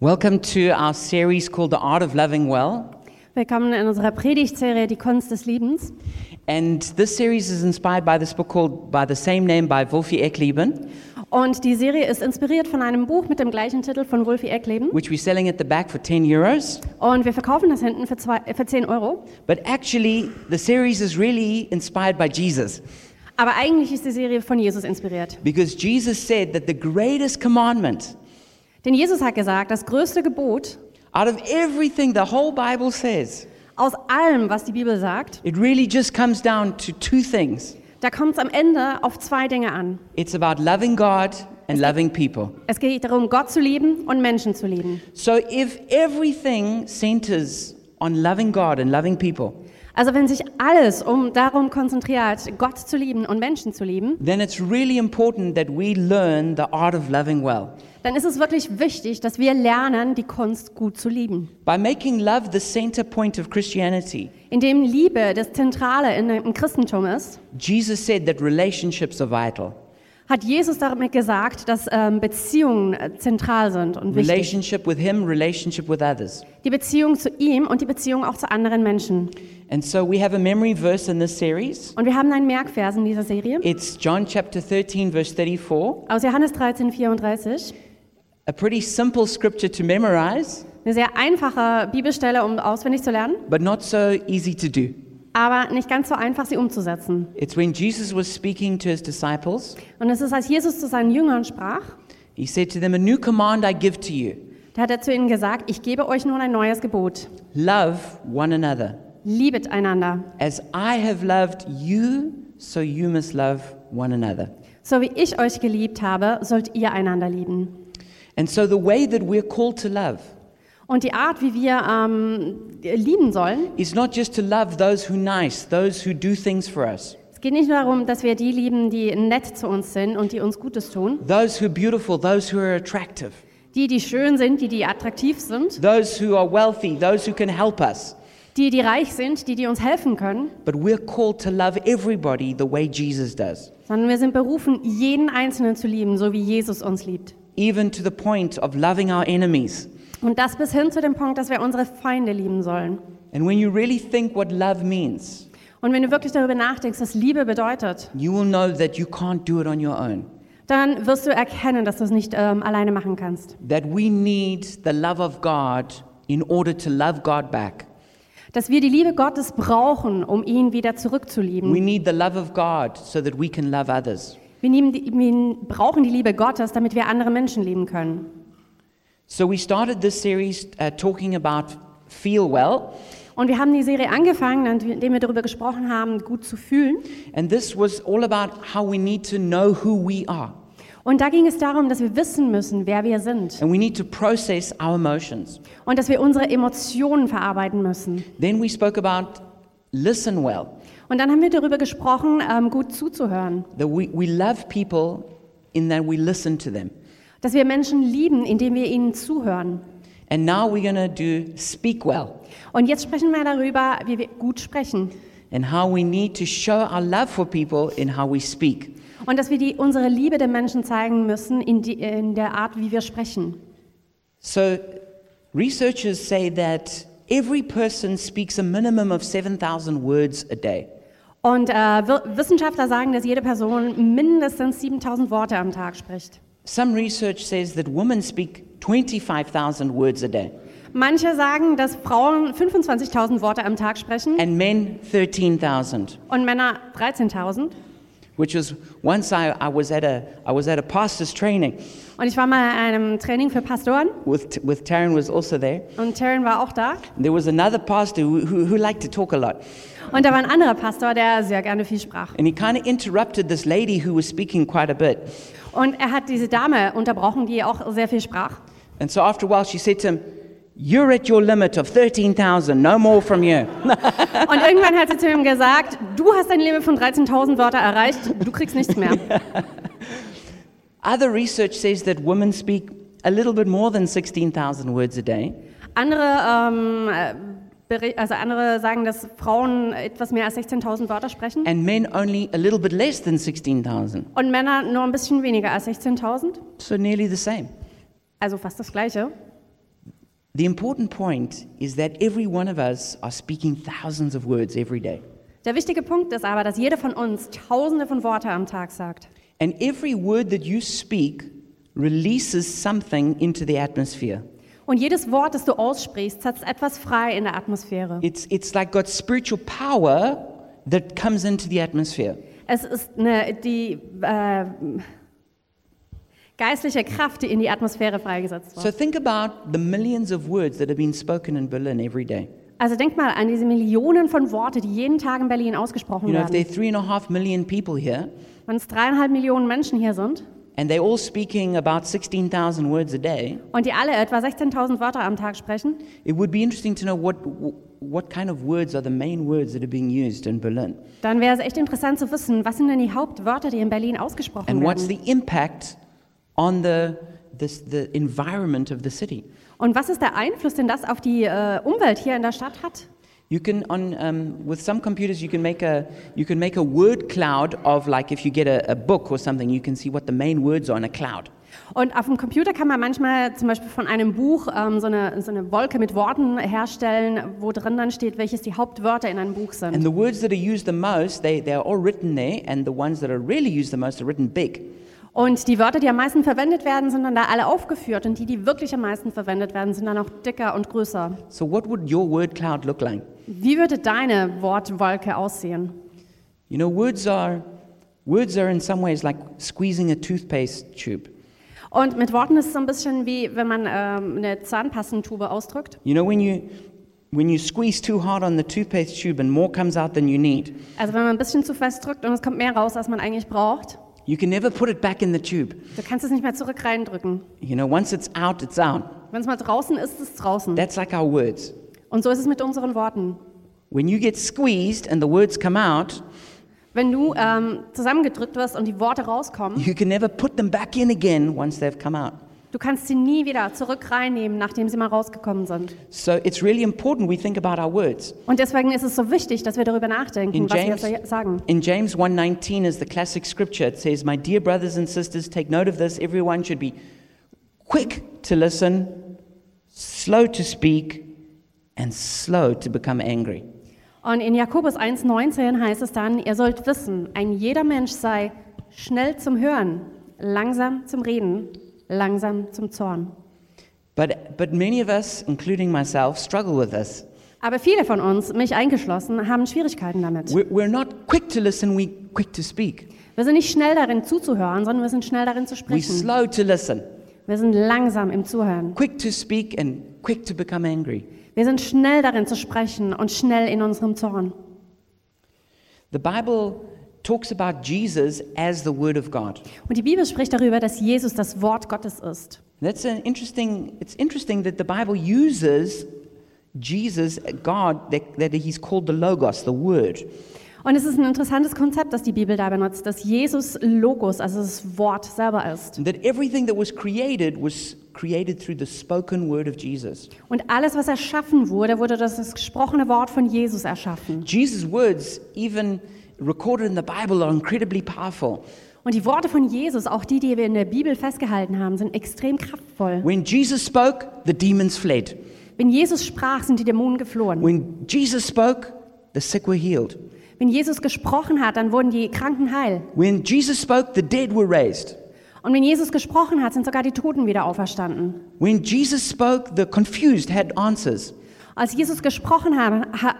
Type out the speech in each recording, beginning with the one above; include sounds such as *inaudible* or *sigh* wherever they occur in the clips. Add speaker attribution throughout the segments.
Speaker 1: Welcome to our series called The Art of Loving Well.
Speaker 2: Willkommen in unserer Predigtserie Die Kunst des Liebens.
Speaker 1: And this series is inspired by this book called by the same name by Wolfie Eckleben,
Speaker 2: Und die Serie ist inspiriert von einem Buch mit dem gleichen Titel von Wolfie Eckleben.
Speaker 1: which we're selling at the back for 10 euros.
Speaker 2: Und wir verkaufen das hinten für, zwei, äh, für 10 Euro.
Speaker 1: But actually, the series is really inspired by Jesus
Speaker 2: Aber eigentlich ist die Serie von Jesus inspiriert.
Speaker 1: because Jesus said that the greatest commandment
Speaker 2: Denn Jesus hat gesagt, das größte Gebot
Speaker 1: out of everything the whole Bible says,
Speaker 2: aus allem, was die Bibel sagt,
Speaker 1: it really just comes down to two things.
Speaker 2: da kommt es am Ende auf zwei Dinge an.
Speaker 1: It's about loving God and loving people.
Speaker 2: Es geht darum, Gott zu lieben und Menschen zu lieben.
Speaker 1: So if everything centers on loving God and loving people,
Speaker 2: Also wenn sich alles um darum konzentriert, Gott zu lieben und Menschen zu lieben,
Speaker 1: then it's really important that we learn the art of loving well.
Speaker 2: dann ist es wirklich wichtig, dass wir lernen, die Kunst gut zu lieben.
Speaker 1: By making love the center point of Christianity,
Speaker 2: Indem Liebe das Zentrale in- im Christentum ist,
Speaker 1: Jesus said that relationships are vital.
Speaker 2: hat Jesus damit gesagt, dass ähm, Beziehungen äh, zentral sind und wichtig.
Speaker 1: Relationship with Him, relationship with others.
Speaker 2: Die Beziehung zu ihm und die Beziehung auch zu anderen Menschen.
Speaker 1: And so we have a memory verse in this series.
Speaker 2: Und wir haben einen Merkvers in dieser Serie
Speaker 1: It's John chapter 13, verse 34.
Speaker 2: aus Johannes 13, 34.
Speaker 1: A pretty simple scripture to memorize,
Speaker 2: Eine sehr einfache Bibelstelle, um auswendig zu lernen,
Speaker 1: but not so easy to do.
Speaker 2: aber nicht ganz so einfach, sie umzusetzen.
Speaker 1: It's when Jesus was speaking to his disciples.
Speaker 2: Und es ist, als Jesus zu seinen Jüngern sprach,
Speaker 1: He said to them, A new command I give to you
Speaker 2: da hat er zu ihnen gesagt, ich gebe euch nun ein neues Gebot.
Speaker 1: love one another.
Speaker 2: Liebet einander.
Speaker 1: As I have loved you, so you must love one another.
Speaker 2: So wie ich euch geliebt habe, sollt ihr einander lieben.
Speaker 1: And so, the way that we're called to love
Speaker 2: Und die Art, wie wir ähm, lieben sollen,
Speaker 1: is not just to love those who are nice, those who do things for us,
Speaker 2: es geht nicht nur darum, dass wir die lieben, die nett zu uns sind und die uns Gutes tun,
Speaker 1: those who are beautiful, those who are attractive,
Speaker 2: die, die schön sind, die, die attraktiv sind,
Speaker 1: those who are wealthy, those who can help us.
Speaker 2: die, die reich sind, die, die uns helfen können,
Speaker 1: But we're called to love everybody the way Jesus does,
Speaker 2: sondern wir sind berufen, jeden Einzelnen zu lieben, so wie Jesus uns liebt.
Speaker 1: even to the point of loving our enemies.
Speaker 2: Und das bis hin zu dem Punkt, dass wir unsere Feinde lieben sollen.
Speaker 1: And when you really think what love means,
Speaker 2: Und wenn du wirklich darüber nachdenkst, was Liebe bedeutet,
Speaker 1: you will know that you can't do it on your own.
Speaker 2: dann wirst du erkennen, dass du es nicht ähm, alleine machen kannst.
Speaker 1: That we need the love of God in order to love God back.
Speaker 2: Dass wir die Liebe Gottes brauchen, um ihn wieder zurückzulieben.
Speaker 1: We need the love of God so that we can love others.
Speaker 2: Wir, nehmen die, wir brauchen die Liebe Gottes, damit wir andere Menschen lieben können.
Speaker 1: So we started this series uh, talking about feel well,
Speaker 2: Und wir haben die Serie angefangen, indem wir darüber gesprochen haben, gut zu fühlen.
Speaker 1: and this was all about how we need to know who we are
Speaker 2: Und da ging es darum, dass wir wissen müssen, wer wir sind.
Speaker 1: and we need to process our emotions.
Speaker 2: Und dass wir unsere Emotionen verarbeiten müssen.
Speaker 1: Then we spoke about listen well,
Speaker 2: Und dann haben wir darüber gesprochen, ähm, gut zuzuhören.
Speaker 1: that we, we love people in that we listen to them.
Speaker 2: Dass wir Menschen lieben, indem wir ihnen zuhören.
Speaker 1: And now we're going to do speak well.
Speaker 2: Und jetzt sprechen wir darüber, wie wir gut sprechen.
Speaker 1: and how we need to show our love for people in how we speak.
Speaker 2: Und dass wir die, unsere Liebe den Menschen zeigen müssen in, die, in der Art, wie wir sprechen.
Speaker 1: So, researchers say that every person speaks a minimum of 7,000 words a day.
Speaker 2: Und äh, Wir- Wissenschaftler sagen, dass jede Person mindestens 7000 Worte am Tag spricht.
Speaker 1: Some research says that women speak 25,000 words a day
Speaker 2: Manche sagen, dass Frauen 25.000 Worte am Tag sprechen
Speaker 1: and men 13,000.
Speaker 2: und Männer 13.000.
Speaker 1: Which was once I, I, was at a, I was at a pastor's training
Speaker 2: Und ich war mal in einem Training für Pastoren
Speaker 1: with, with Taryn was also there.
Speaker 2: und Taryn war auch da.
Speaker 1: There was another pastor who, who, who liked to talk a lot
Speaker 2: Und da war ein anderer Pastor, der sehr gerne viel sprach.
Speaker 1: and he kind of interrupted this lady who was speaking quite a bit.
Speaker 2: Und er hat diese Dame unterbrochen, die auch sehr viel sprach.
Speaker 1: And so after a while, she said to him, You're at your limit of 13,000, no more from you.
Speaker 2: Und irgendwann hat sie zu ihm gesagt, du hast dein Limit von 13.000 Wörter erreicht, du kriegst nichts mehr.
Speaker 1: Other research says that women speak a little bit more than 16,000 words a day.
Speaker 2: Andere, ähm, beri- also andere sagen, dass Frauen etwas mehr als 16.000 Wörter sprechen
Speaker 1: And men only a little bit less than 16,000.
Speaker 2: und Männer nur ein bisschen weniger als 16.000.
Speaker 1: So nearly the same.
Speaker 2: Also fast das Gleiche.
Speaker 1: The important point is that every one of us are speaking thousands of words every day.
Speaker 2: Der wichtige Punkt ist aber, dass jeder von uns tausende von Worte am Tag sagt.
Speaker 1: And every word that you speak releases something into the atmosphere.
Speaker 2: Und jedes Wort, das du aussprichst, setzt etwas frei in der Atmosphäre.
Speaker 1: It's, it's like God's spiritual power that comes into the atmosphere.
Speaker 2: Es ist eine, die äh, geistliche Kraft, die in die Atmosphäre freigesetzt wird.
Speaker 1: So think about the millions of words that have been spoken in Berlin every day.
Speaker 2: Also denk mal an diese Millionen von Worte, die jeden Tag in Berlin ausgesprochen
Speaker 1: You know, if there are
Speaker 2: werden.
Speaker 1: three and a half million people here,
Speaker 2: Wenn es dreieinhalb Millionen Menschen hier sind
Speaker 1: and they're all speaking about 16,000 words a day,
Speaker 2: und die alle etwa 16.000 Wörter am Tag sprechen,
Speaker 1: it would be interesting to know what, what kind of words are the main words that are being used in Berlin.
Speaker 2: dann wäre es echt interessant zu wissen, was sind denn die Hauptwörter, die in Berlin ausgesprochen
Speaker 1: And what's
Speaker 2: werden?
Speaker 1: the impact on the, this, the environment of the city?
Speaker 2: Und was ist der Einfluss, den das auf die äh, Umwelt hier in der Stadt hat?
Speaker 1: You can on um, with some computers you can make a you can make a word cloud of like if you get a, a book or something you can see what the main words are in a cloud.
Speaker 2: Und auf dem Computer kann man manchmal zum Beispiel von einem Buch ähm, so, eine, so eine Wolke mit Worten herstellen, wo drin dann steht, welches die Hauptwörter in einem Buch sind.
Speaker 1: And the words that are used the most they they are all written there, and the ones that are really used the most are written big.
Speaker 2: Und die Wörter, die am meisten verwendet werden, sind dann da alle aufgeführt. Und die, die wirklich am meisten verwendet werden, sind dann auch dicker und größer.
Speaker 1: So what would your word cloud look like?
Speaker 2: Wie würde deine Wortwolke aussehen?
Speaker 1: You know words are words are in some ways like squeezing a toothpaste tube.
Speaker 2: Und mit Worten ist es so ein bisschen wie, wenn man ähm, eine Zahnpastentube ausdrückt.
Speaker 1: You know when you when you squeeze too hard on the toothpaste tube and more comes out than you need,
Speaker 2: Also wenn man ein bisschen zu fest drückt und es kommt mehr raus, als man eigentlich braucht.
Speaker 1: you can never put it back in the tube.
Speaker 2: Du kannst es nicht mehr zurück reindrücken.
Speaker 1: You know once it's out, it's out.
Speaker 2: Wenn es mal draußen ist, ist es draußen.
Speaker 1: That's like our words.
Speaker 2: Und so ist es mit unseren Worten.
Speaker 1: When you get squeezed and the words come out,
Speaker 2: Wenn du ähm, zusammengedrückt wirst und die Worte rauskommen,
Speaker 1: you can never put them back in again once they've come out.
Speaker 2: du kannst sie nie wieder zurück reinnehmen, nachdem sie mal rausgekommen sind.
Speaker 1: So it's really important we think about our words.
Speaker 2: Und deswegen ist es so wichtig, dass wir darüber nachdenken,
Speaker 1: In
Speaker 2: was
Speaker 1: James-
Speaker 2: wir jetzt sagen.
Speaker 1: In James 1:19 is the classic scripture. It says, "My dear brothers and sisters, take note of this. Everyone should be quick to listen, slow to speak, and slow to become angry."
Speaker 2: Und in Jakobus 1,19 heißt es dann, ihr sollt wissen, ein jeder Mensch sei schnell zum Hören, langsam zum Reden, langsam zum Zorn.
Speaker 1: But but many of us, including myself, struggle with this.
Speaker 2: Aber viele von uns, mich eingeschlossen, haben Schwierigkeiten damit.
Speaker 1: We're, we're not quick to listen, we quick to speak.
Speaker 2: Wir sind nicht schnell darin zuzuhören, sondern wir sind schnell darin zu
Speaker 1: We
Speaker 2: sprechen.
Speaker 1: slow to listen.
Speaker 2: Wir sind langsam im Zuhören.
Speaker 1: quick to speak and quick to become angry.
Speaker 2: Wir sind schnell darin zu sprechen und schnell in unserem Zorn.
Speaker 1: The Bible talks about Jesus as the Word of God.
Speaker 2: Und die Bibel spricht darüber, dass Jesus das Wort Gottes ist.
Speaker 1: That's an interesting. It's interesting that the Bible uses Jesus, God, that, that He's called the Logos, the Word.
Speaker 2: Und es ist ein interessantes Konzept, das die Bibel da benutzt, dass Jesus Logos, also das Wort selber ist.
Speaker 1: And that everything that was created was created through the spoken word of Jesus.
Speaker 2: Und alles, was erschaffen wurde, wurde durch das gesprochene Wort von Jesus erschaffen.
Speaker 1: Jesus' words, even recorded in the Bible, are incredibly powerful.
Speaker 2: Und die Worte von Jesus, auch die, die wir in der Bibel festgehalten haben, sind extrem kraftvoll.
Speaker 1: When Jesus spoke, the demons fled.
Speaker 2: Wenn Jesus sprach, sind die Dämonen geflohen.
Speaker 1: When Jesus spoke, the sick were healed.
Speaker 2: Wenn Jesus gesprochen hat, dann wurden die Kranken heil.
Speaker 1: When Jesus spoke, the dead were raised.
Speaker 2: Und wenn Jesus gesprochen hat, sind sogar die Toten wieder auferstanden.
Speaker 1: When Jesus spoke, the confused had answers.
Speaker 2: Als Jesus gesprochen haben, ha,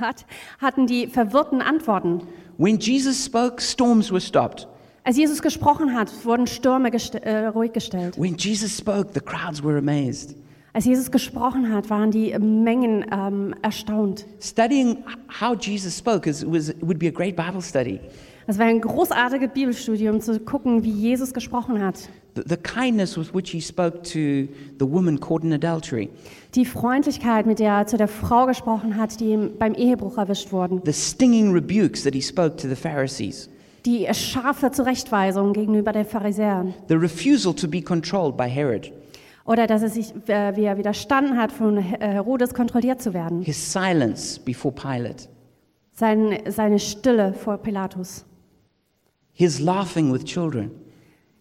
Speaker 2: hat, hatten die Verwirrten Antworten.
Speaker 1: When Jesus spoke, storms were stopped.
Speaker 2: Als Jesus gesprochen hat, wurden Stürme gest äh, ruhig gestellt.
Speaker 1: When Jesus spoke, the crowds were amazed.
Speaker 2: Als Jesus gesprochen hat, waren die Mengen ähm, erstaunt.
Speaker 1: Studying h- how Jesus spoke is, was, would be a great Bible study.
Speaker 2: Es war ein großartiges Bibelstudium, zu gucken, wie Jesus gesprochen hat.
Speaker 1: The, the kindness with which he spoke to the woman caught in adultery,
Speaker 2: Die Freundlichkeit, mit der er zu der Frau gesprochen hat, die ihm beim Ehebruch erwischt wurden.
Speaker 1: the stinging rebukes that he spoke to the Pharisees,
Speaker 2: Die scharfe Zurechtweisung gegenüber den Pharisäern.
Speaker 1: the refusal to be controlled by Herod,
Speaker 2: Oder dass er sich, äh, wie er widerstanden hat, von He- äh, Herodes kontrolliert zu werden.
Speaker 1: his silence before Pilate,
Speaker 2: Sein, seine Stille vor Pilatus.
Speaker 1: his laughing with children,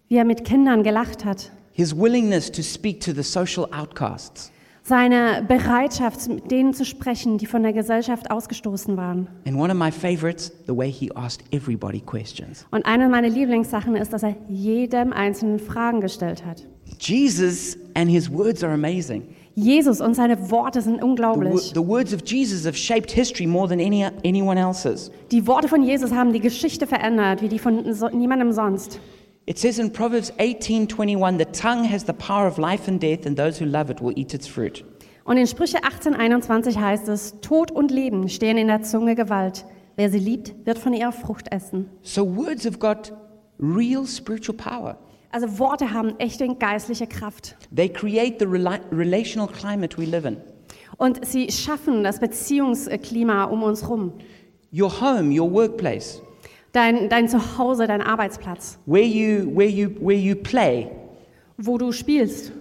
Speaker 2: Wie er mit Kindern gelacht hat.
Speaker 1: his willingness to speak to the social outcasts.
Speaker 2: seine Bereitschaft, mit denen zu sprechen, die von der Gesellschaft ausgestoßen waren.
Speaker 1: And one of my favorites, the way he asked everybody questions.
Speaker 2: Und eine meiner Lieblingssachen ist, dass er jedem Einzelnen Fragen gestellt hat.
Speaker 1: Jesus and his words are amazing.
Speaker 2: Jesus und seine Worte sind
Speaker 1: The, wo-
Speaker 2: unglaublich.
Speaker 1: the words of Jesus have shaped history more than any, anyone else's.
Speaker 2: Die Worte von Jesus haben die Geschichte verändert, wie die von so, niemandem sonst.
Speaker 1: It says in Proverbs 18:21, "The tongue has the power of life and death, and those who love it will eat its fruit."
Speaker 2: Und in Sprüche 18,21 heißt es: Tod und Leben stehen in der Zunge Gewalt. Wer sie liebt, wird von ihrer Frucht essen.
Speaker 1: So words have got real spiritual power.
Speaker 2: Also Worte haben echte geistliche Kraft.
Speaker 1: They create the rela- relational climate we live in.
Speaker 2: Und sie schaffen das Beziehungsklima um uns rum.
Speaker 1: Your home, your workplace,
Speaker 2: Dein, dein Zuhause, dein Arbeitsplatz,
Speaker 1: where you where you where you play,
Speaker 2: wo du spielst.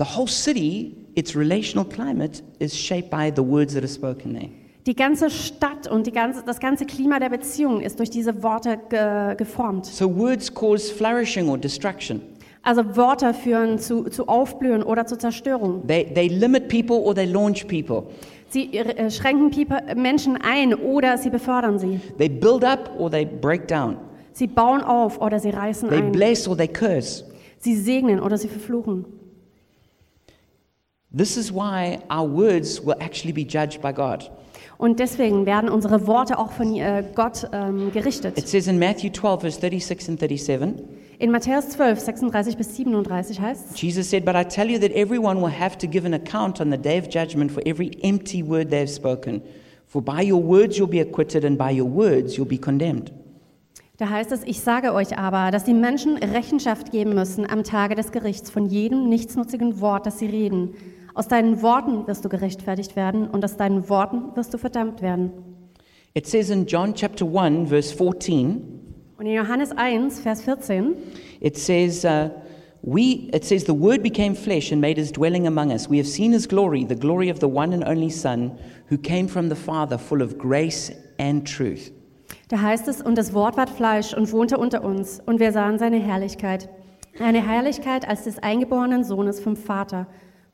Speaker 1: the whole city, its relational climate is shaped by the words that are spoken there.
Speaker 2: Die ganze Stadt und die ganze, das ganze Klima der Beziehung ist durch diese Worte ge, geformt.
Speaker 1: So words cause flourishing or destruction.
Speaker 2: Also Worte führen zu, zu Aufblühen oder zu Zerstörung.
Speaker 1: They they limit people or they launch people.
Speaker 2: Sie äh, schränken Piepe- Menschen ein oder sie befördern sie.
Speaker 1: They build up or they break down.
Speaker 2: Sie bauen auf oder sie reißen
Speaker 1: They
Speaker 2: ein.
Speaker 1: bless or they curse.
Speaker 2: Sie segnen oder sie verfluchen.
Speaker 1: This is why our words will actually be judged by God.
Speaker 2: Und deswegen werden unsere Worte auch von äh, Gott ähm, gerichtet.
Speaker 1: It says in Matthew 12, verse 36 and 37,
Speaker 2: In Matthäus 12, 36 bis 37 heißt es,
Speaker 1: Jesus said, But I tell you that everyone will have to give an account on the day of judgment for every empty word they have spoken. For by your words you'll be acquitted, and by your words you'll be condemned.
Speaker 2: da heißt es, ich sage euch aber, dass die Menschen Rechenschaft geben müssen am Tage des Gerichts von jedem nichtsnutzigen Wort, das sie reden. Aus deinen Worten wirst du gerechtfertigt werden und aus deinen Worten wirst du verdammt werden.
Speaker 1: It says in John chapter 1, verse 14,
Speaker 2: Und in Johannes 1, Vers 14,
Speaker 1: it says, uh, we, it says, the Word became flesh and made his dwelling among us. We have seen his glory, the glory of the one and only Son, who came from the Father, full of grace and truth.
Speaker 2: Da heißt es, und das Wort ward Fleisch und wohnte unter uns, und wir sahen seine Herrlichkeit. Eine Herrlichkeit als des eingeborenen Sohnes vom Vater,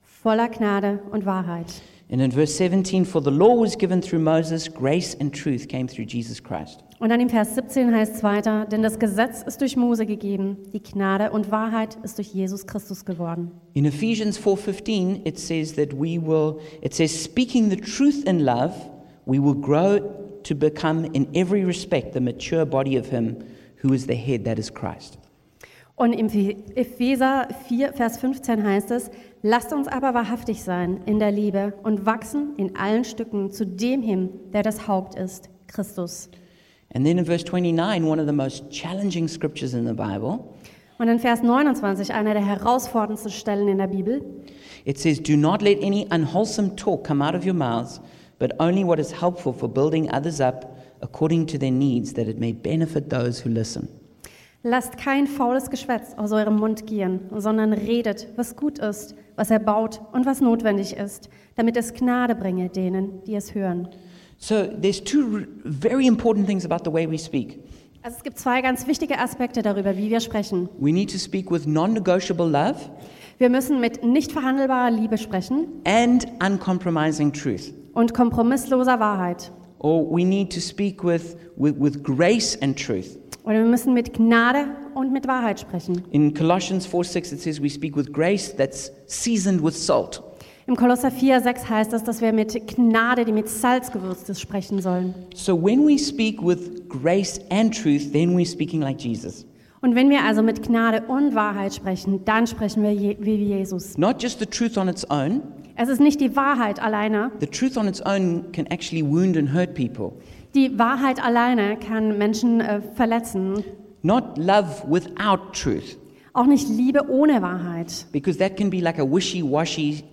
Speaker 2: voller Gnade und Wahrheit.
Speaker 1: And in verse 17, for the law was given through Moses, grace and truth came through Jesus Christ.
Speaker 2: Und dann im Vers 17 heißt es weiter, denn das Gesetz ist durch Mose gegeben, die Gnade und Wahrheit ist durch Jesus Christus geworden.
Speaker 1: In Ephesians 4:15, it says that we will it says speaking the truth in love, we will grow to become in every respect the mature body of him who is the head that is Christ.
Speaker 2: Und im Epheser 4, Vers 15 heißt es, lasst uns aber wahrhaftig sein in der Liebe und wachsen in allen Stücken zu dem hin, der das Haupt ist, Christus.
Speaker 1: And then in verse 29, one of the most challenging scriptures in the Bible,
Speaker 2: Und in Vers 29, einer der herausforderndsten Stellen in der Bibel,
Speaker 1: it says, "Do not let any unwholesome talk come out of your mouths, but only what is helpful for building others up according to their needs, that it may benefit those who listen."
Speaker 2: lasst kein faules Geschwätz aus eurem Mund gehen, sondern redet, was gut ist, was erbaut und was notwendig ist, damit es Gnade bringe denen, die es hören.
Speaker 1: So there's two r- very important things about the way we speak.
Speaker 2: Also es gibt zwei ganz wichtige Aspekte darüber, wie wir sprechen.
Speaker 1: We need to speak with non-negotiable love
Speaker 2: Wir müssen mit nicht verhandelbarer Liebe sprechen
Speaker 1: and uncompromising truth.
Speaker 2: und kompromissloser Wahrheit.
Speaker 1: Or we need to speak with, with, with grace and truth.
Speaker 2: Oder wir müssen mit Gnade und mit Wahrheit sprechen.
Speaker 1: In Colossians 4 6, it says we speak with grace that's seasoned with salt.
Speaker 2: Im Kolosser 4, 6 heißt es, dass wir mit Gnade, die mit Salz gewürzt ist, sprechen sollen.
Speaker 1: So when we speak with grace and truth, then we're speaking like Jesus.
Speaker 2: Und wenn wir also mit Gnade und Wahrheit sprechen, dann sprechen wir je, wie Jesus.
Speaker 1: Not just the truth on its own.
Speaker 2: Es ist nicht die Wahrheit alleine.
Speaker 1: The truth on its own can actually wound and hurt people.
Speaker 2: Die Wahrheit alleine kann Menschen äh, verletzen.
Speaker 1: Not love without truth.
Speaker 2: Auch nicht Liebe ohne Wahrheit.
Speaker 1: because that can be like a wishy-washy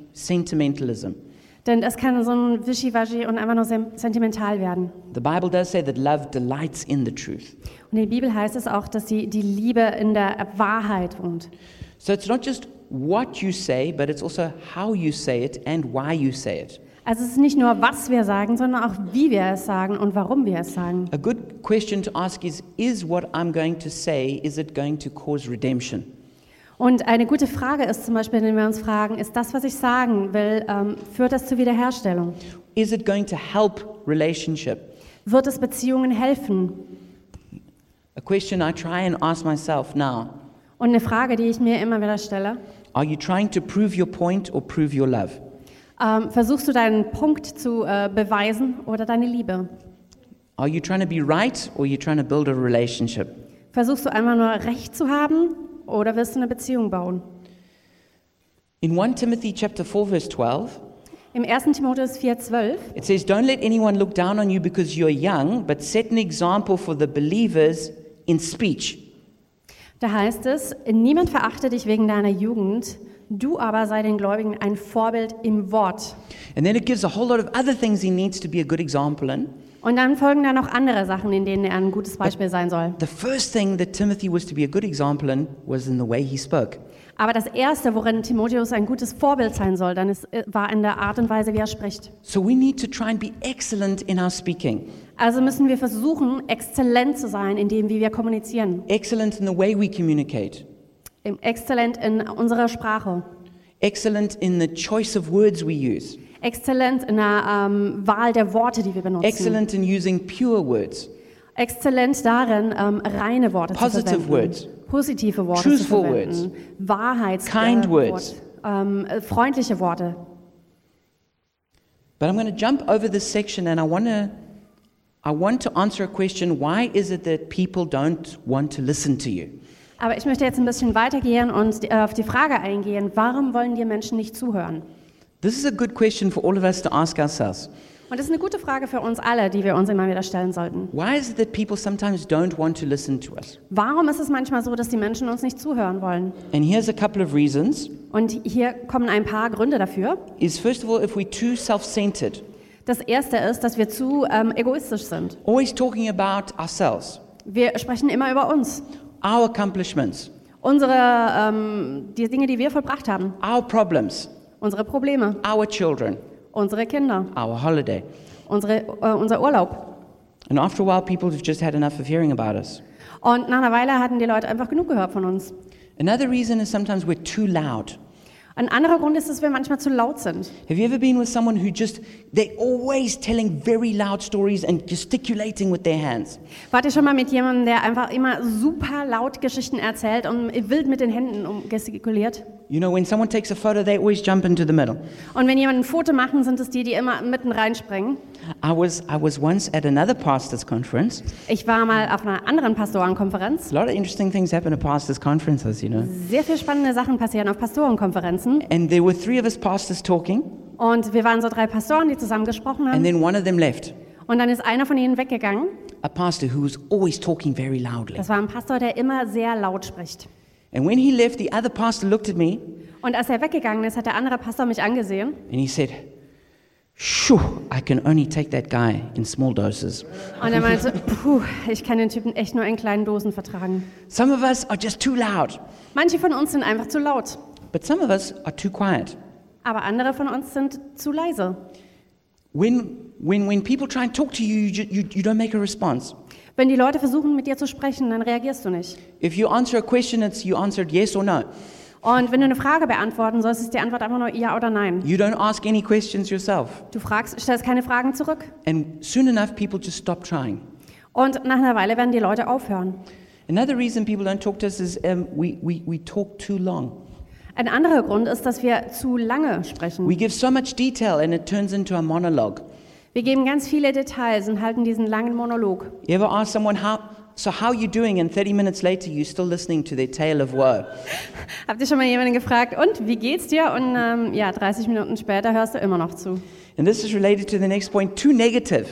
Speaker 1: sentimentalism.
Speaker 2: Denn es kann so ein Wischiwaschi und einfach nur sem- sentimental werden.
Speaker 1: The Bible does say that love delights in the truth.
Speaker 2: Und in der Bibel heißt es auch, dass die, die Liebe in der Wahrheit wohnt.
Speaker 1: So it's not just what you say, but it's also how you say it and why you say it.
Speaker 2: Also es ist nicht nur, was wir sagen, sondern auch, wie wir es sagen und warum wir es sagen.
Speaker 1: A good question to ask is is what I'm going to say is it going to cause redemption?
Speaker 2: Und eine gute Frage ist zum Beispiel, wenn wir uns fragen, ist das, was ich sagen will, ähm, führt das zur Wiederherstellung?
Speaker 1: Is it going to help relationship?
Speaker 2: Wird es Beziehungen helfen?
Speaker 1: A question I try and ask myself now
Speaker 2: Und eine Frage, die ich mir immer wieder stelle,
Speaker 1: Are you trying to prove your point or prove your love?
Speaker 2: ähm, versuchst du deinen Punkt zu äh, beweisen oder deine Liebe?
Speaker 1: Are you trying to be right or are you trying to build a relationship?
Speaker 2: Versuchst du einmal nur Recht zu haben oder willst du eine Beziehung bauen?
Speaker 1: In 1 Timothy chapter 4 verse 12,
Speaker 2: Im 1. Timotheus 4,12
Speaker 1: it says, "Don't let anyone look down on you because you're young, but set an example for the believers in speech."
Speaker 2: Da heißt es, niemand verachte dich wegen deiner Jugend, du aber sei den Gläubigen ein Vorbild im Wort.
Speaker 1: And then it gives a whole lot of other things he needs to be a good example in.
Speaker 2: Und dann folgen da noch andere Sachen, in denen er ein gutes Beispiel sein soll.
Speaker 1: The first thing that Timothy was to be a good example in was in the way he spoke.
Speaker 2: Aber das Erste, worin Timotheus ein gutes Vorbild sein soll, dann ist, äh, war in der Art und Weise, wie er spricht.
Speaker 1: So we need to try and be excellent in our speaking,
Speaker 2: Also müssen wir versuchen, exzellent zu sein in dem, wie wir kommunizieren.
Speaker 1: excellent in the way we communicate,
Speaker 2: Im- Exzellent in unserer Sprache.
Speaker 1: excellent in the choice of words we use,
Speaker 2: Exzellent in der ähm, Wahl der Worte, die wir benutzen.
Speaker 1: excellent in using pure words,
Speaker 2: Exzellent darin, ähm, reine Worte
Speaker 1: Positive
Speaker 2: zu verwenden.
Speaker 1: words.
Speaker 2: Positive Worte
Speaker 1: Truthful
Speaker 2: zu verwenden. Wahrheits
Speaker 1: Kind
Speaker 2: äh,
Speaker 1: words.
Speaker 2: Wort, ähm, äh, freundliche Worte.
Speaker 1: But I'm going to jump over this section and I want to I want to answer a question why is it that people don't want to listen to you?
Speaker 2: Aber ich möchte jetzt ein bisschen weitergehen und äh, auf die Frage eingehen, warum wollen dir Menschen nicht zuhören?
Speaker 1: This is a good question for all of us to ask ourselves.
Speaker 2: Und das ist eine gute Frage für uns alle, die wir uns immer wieder stellen sollten.
Speaker 1: Why is it that people sometimes don't want to listen to us?
Speaker 2: Warum ist es manchmal so, dass die Menschen uns nicht zuhören wollen?
Speaker 1: And here's a couple of reasons.
Speaker 2: Und hier kommen ein paar Gründe dafür.
Speaker 1: Is first of all if we're too self-centered,
Speaker 2: Das erste ist, dass wir zu ähm, egoistisch sind.
Speaker 1: always talking about ourselves,
Speaker 2: Wir sprechen immer über uns,
Speaker 1: our accomplishments,
Speaker 2: unsere ähm, die Dinge, die wir vollbracht haben,
Speaker 1: our problems,
Speaker 2: unsere Probleme,
Speaker 1: our children,
Speaker 2: unsere Kinder,
Speaker 1: our holiday.
Speaker 2: unsere, äh, unser Urlaub.
Speaker 1: And after a while people have just had enough of hearing about us.
Speaker 2: Und nach einer Weile hatten die Leute einfach genug gehört von uns.
Speaker 1: Another reason is sometimes we're too loud.
Speaker 2: Ein anderer Grund ist, dass wir manchmal zu laut sind.
Speaker 1: Have you ever been with someone who just, they're always telling very loud stories and gesticulating with their hands?
Speaker 2: Wart ihr schon mal mit jemandem, der einfach immer super laut Geschichten erzählt und wild mit den Händen um- gestikuliert?
Speaker 1: You know, when someone takes a photo, they always jump into the middle.
Speaker 2: Und wenn jemand ein Foto machen, sind es die, die immer mitten reinspringen.
Speaker 1: I was, I was once at another pastor's conference.
Speaker 2: Ich war mal auf einer anderen Pastorenkonferenz.
Speaker 1: A lot of interesting things happen at pastors' conferences, you know.
Speaker 2: Sehr viel spannende Sachen passieren auf Pastorenkonferenzen.
Speaker 1: And there were three of us pastors talking,
Speaker 2: Und wir waren so drei Pastoren, die zusammen gesprochen
Speaker 1: and
Speaker 2: haben.
Speaker 1: then one of them left.
Speaker 2: Und dann ist einer von ihnen weggegangen.
Speaker 1: A pastor who was always talking very loudly.
Speaker 2: Das war ein Pastor, der immer sehr laut spricht.
Speaker 1: And when he left, the other pastor looked at me
Speaker 2: Und als er weggegangen ist, hat der andere Pastor mich angesehen
Speaker 1: and he said, Shoo, I can only take that guy in small doses.
Speaker 2: und er meinte, puh, ich kann den Typen echt nur in kleinen Dosen vertragen.
Speaker 1: Some of us are just too loud.
Speaker 2: Manche von uns sind einfach zu laut,
Speaker 1: But some of us are too quiet.
Speaker 2: aber andere von uns sind zu leise.
Speaker 1: When, when, when people try and talk to you you, ju- you, you don't make a response.
Speaker 2: Wenn die Leute versuchen, mit dir zu sprechen, dann reagierst du nicht.
Speaker 1: If you answer a question, it's you answered yes or no.
Speaker 2: Und wenn du eine Frage beantworten sollst, ist die Antwort einfach nur ja oder nein.
Speaker 1: You don't ask any questions yourself.
Speaker 2: Du fragst, stellst keine Fragen zurück.
Speaker 1: And soon enough, people just stop trying.
Speaker 2: Und nach einer Weile werden die Leute aufhören.
Speaker 1: Another reason people don't talk to us is um, we, we, we talk too long.
Speaker 2: Ein anderer Grund ist, dass wir zu lange sprechen.
Speaker 1: We give so much detail and it turns into a monologue.
Speaker 2: Wir geben ganz viele Details und halten diesen langen Monolog.
Speaker 1: You ever ask someone, how, so how you doing? And 30 minutes later, you're still listening to their tale of woe.
Speaker 2: Habt ihr schon mal jemanden gefragt, und wie geht's dir? Und ähm, ja, 30 Minuten später hörst du immer noch zu.
Speaker 1: And this is related to the next point too negative.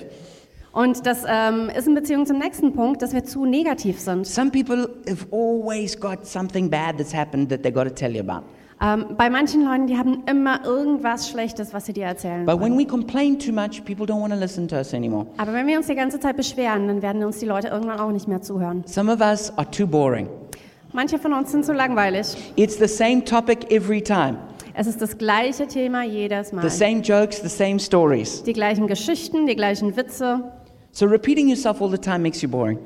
Speaker 2: Und das ähm, ist in Beziehung zum nächsten Punkt, dass wir zu negativ sind.
Speaker 1: Some people have always got something bad that's happened that they got to tell you about.
Speaker 2: Ähm, bei manchen Leuten, die haben immer irgendwas Schlechtes, was sie dir erzählen.
Speaker 1: But when we complain too much, people don't want to listen to us anymore.
Speaker 2: Aber wenn wir uns die ganze Zeit beschweren, dann werden uns die Leute irgendwann auch nicht mehr zuhören.
Speaker 1: Some of us are too boring.
Speaker 2: Manche von uns sind zu langweilig.
Speaker 1: It's the same topic every time,
Speaker 2: Es ist das gleiche Thema jedes Mal.
Speaker 1: the same jokes, the same stories.
Speaker 2: Die gleichen Geschichten, die gleichen Witze.
Speaker 1: So repeating yourself all the time makes you boring.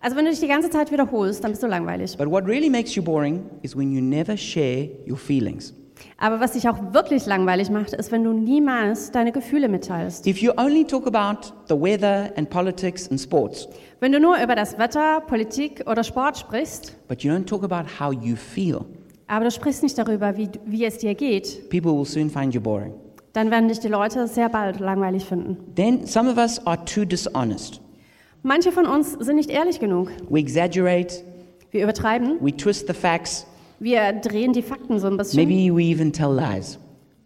Speaker 2: Also wenn du dich die ganze Zeit wiederholst, dann bist du langweilig.
Speaker 1: But what really makes you boring is when you never share your feelings.
Speaker 2: Aber was dich auch wirklich langweilig macht, ist, wenn du niemals deine Gefühle mitteilst.
Speaker 1: If you only talk about the weather and politics and sports,
Speaker 2: Wenn du nur über das Wetter, Politik oder Sport sprichst,
Speaker 1: but you don't talk about how you feel,
Speaker 2: aber du sprichst nicht darüber, wie, wie es dir geht,
Speaker 1: people will soon find you boring.
Speaker 2: dann werden dich die Leute sehr bald langweilig finden.
Speaker 1: Then some of us are too dishonest.
Speaker 2: Manche von uns sind nicht ehrlich genug.
Speaker 1: We exaggerate,
Speaker 2: Wir übertreiben,
Speaker 1: we twist the facts,
Speaker 2: wir drehen die Fakten so ein bisschen
Speaker 1: maybe we even tell lies.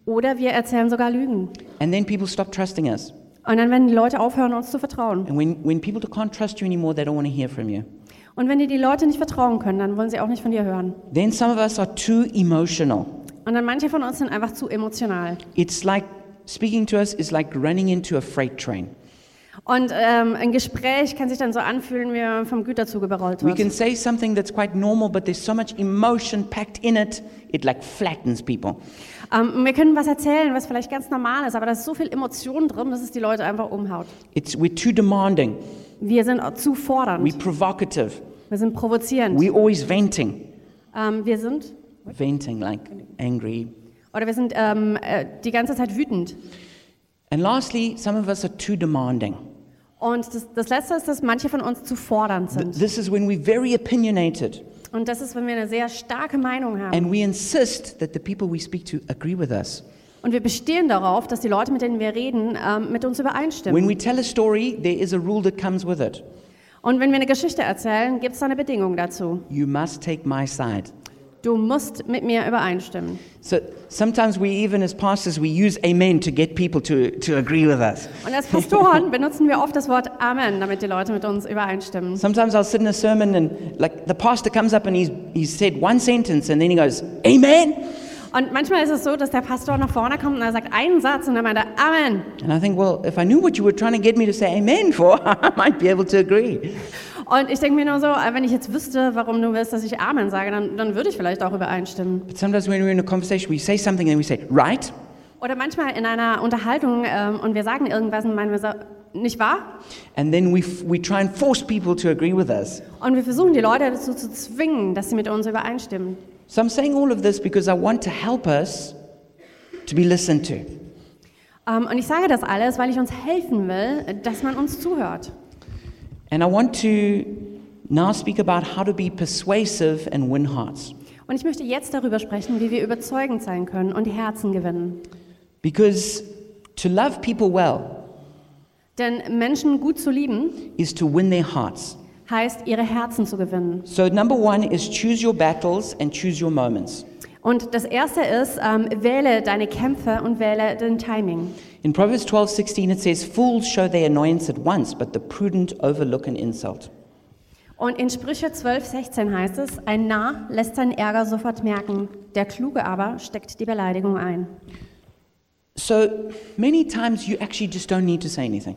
Speaker 2: oder wir erzählen sogar Lügen.
Speaker 1: And then people stop trusting us.
Speaker 2: Und dann werden die Leute aufhören, uns zu vertrauen.
Speaker 1: And when, when people can't trust you anymore, they don't want to hear from you.
Speaker 2: Und wenn dir die Leute nicht vertrauen können, dann wollen sie auch nicht von dir hören.
Speaker 1: Then some of us are too emotional.
Speaker 2: Und dann manche von uns sind einfach zu emotional.
Speaker 1: It's like speaking to us is like running into a freight train.
Speaker 2: Und ähm, ein Gespräch kann sich dann so anfühlen, wie wenn man vom Güterzug überrollt
Speaker 1: We
Speaker 2: wird.
Speaker 1: can say something that's quite normal, but there's so much emotion packed in it, it like flattens people.
Speaker 2: Ähm, wir können was erzählen, was vielleicht ganz normal ist, aber da ist so viel Emotion drin, dass es die Leute einfach umhaut.
Speaker 1: It's, we're too demanding,
Speaker 2: Wir sind auch zu
Speaker 1: we're
Speaker 2: fordernd,
Speaker 1: provocative,
Speaker 2: wir sind provozierend,
Speaker 1: we're always venting.
Speaker 2: ähm, wir sind
Speaker 1: Venting, like angry.
Speaker 2: oder wir sind ähm, äh, die ganze Zeit wütend.
Speaker 1: And lastly, some of us are too demanding.
Speaker 2: Und das, das Letzte ist, dass manche von uns zu fordernd
Speaker 1: Th-
Speaker 2: sind.
Speaker 1: This is when we're very opinionated
Speaker 2: Und das ist, wenn wir eine sehr starke Meinung haben.
Speaker 1: and we insist that the people we speak to agree with us.
Speaker 2: Und wir bestehen darauf, dass die Leute, mit denen wir reden, ähm, mit uns
Speaker 1: When
Speaker 2: übereinstimmen.
Speaker 1: we tell a story, there is a rule that comes with it.
Speaker 2: Und wenn wir eine Geschichte erzählen, gibt es da eine Bedingung dazu.
Speaker 1: You must take my side.
Speaker 2: Du musst mit mir übereinstimmen.
Speaker 1: So sometimes we even as pastors we use amen to get people to, to agree with us.
Speaker 2: Und als Pastoren benutzen wir oft das Wort Amen, damit die Leute mit uns übereinstimmen.
Speaker 1: Sometimes I'll sit in a sermon and like the pastor comes up and he's he's said one sentence and then he goes, Amen.
Speaker 2: Und manchmal ist es so, dass der Pastor nach vorne kommt und er sagt einen Satz und dann meint er Amen.
Speaker 1: And I think, well, if I knew what you were trying to get me to say amen for, *laughs* I might be able to agree.
Speaker 2: Und ich denke mir nur so, äh, wenn ich jetzt wüsste, warum du willst, dass ich Amen sage, dann, dann würde ich vielleicht auch übereinstimmen.
Speaker 1: But sometimes when we're in a conversation, we say something and we say, right?
Speaker 2: Oder manchmal in einer Unterhaltung ähm, und wir sagen irgendwas und meinen wir so, nicht wahr?
Speaker 1: And then we, f- we try and force people to agree with us.
Speaker 2: Und wir versuchen die Leute dazu zu zwingen, dass sie mit uns übereinstimmen.
Speaker 1: So I'm saying all of this because I want to help us to be listened to.
Speaker 2: Ähm, und ich sage das alles, weil ich uns helfen will, dass man uns zuhört.
Speaker 1: And I want to now speak about how to be persuasive and win hearts.
Speaker 2: Und ich möchte jetzt darüber sprechen, wie wir überzeugend sein können und Herzen gewinnen.
Speaker 1: Because to love people well
Speaker 2: Denn Menschen gut zu lieben,
Speaker 1: is to win their hearts.
Speaker 2: heißt, ihre Herzen zu gewinnen.
Speaker 1: So, number one is choose your battles and choose your moments.
Speaker 2: Und das Erste ist, ähm, wähle deine Kämpfe und wähle den Timing.
Speaker 1: In Proverbs 12:16, it says, Fools show their annoyance at once, but the prudent overlook an insult.
Speaker 2: Und in Sprüche 12, 16 heißt es, ein Narr lässt seinen Ärger sofort merken, der Kluge aber steckt die Beleidigung ein.
Speaker 1: So, many times you actually just don't need to say anything.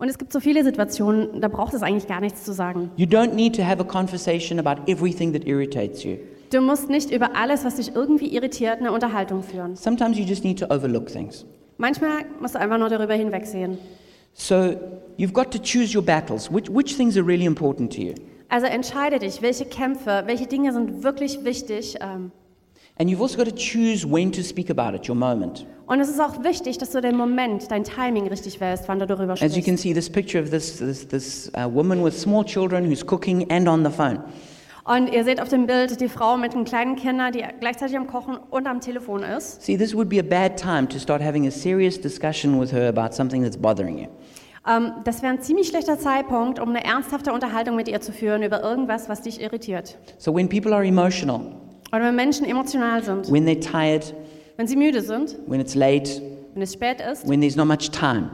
Speaker 2: Und es gibt so viele Situationen, da braucht es eigentlich gar nichts zu sagen.
Speaker 1: You don't need to have a conversation about everything that irritates you.
Speaker 2: Du musst nicht über alles, was dich irgendwie irritiert, eine Unterhaltung führen.
Speaker 1: Sometimes you just need to overlook things.
Speaker 2: Manchmal musst du einfach nur darüber hinwegsehen.
Speaker 1: So, you've got to choose your battles. Which, which things are really important to you?
Speaker 2: Also entscheide dich, welche Kämpfe, welche Dinge sind wirklich wichtig. ähm,
Speaker 1: And you've also got to choose when to speak about it, your moment.
Speaker 2: Und es ist auch wichtig, dass du den Moment, dein Timing richtig wählst, wann du darüber
Speaker 1: As you
Speaker 2: sprichst.
Speaker 1: can see, this picture of this, this, this uh, woman with small children who's cooking and on the phone.
Speaker 2: Und ihr seht auf dem Bild die Frau mit einem kleinen Kinder, die gleichzeitig am Kochen und am Telefon ist.
Speaker 1: See, this would be a bad time to start having a serious discussion with her about something that's bothering you.
Speaker 2: Ähm, das wäre ein ziemlich schlechter Zeitpunkt, um eine ernsthafte Unterhaltung mit ihr zu führen über irgendwas, was dich irritiert.
Speaker 1: So, when people are emotional,
Speaker 2: Und wenn Menschen emotional sind,
Speaker 1: when they're tired,
Speaker 2: wenn sie müde sind,
Speaker 1: when it's late,
Speaker 2: wenn es spät ist,
Speaker 1: when there's not much time,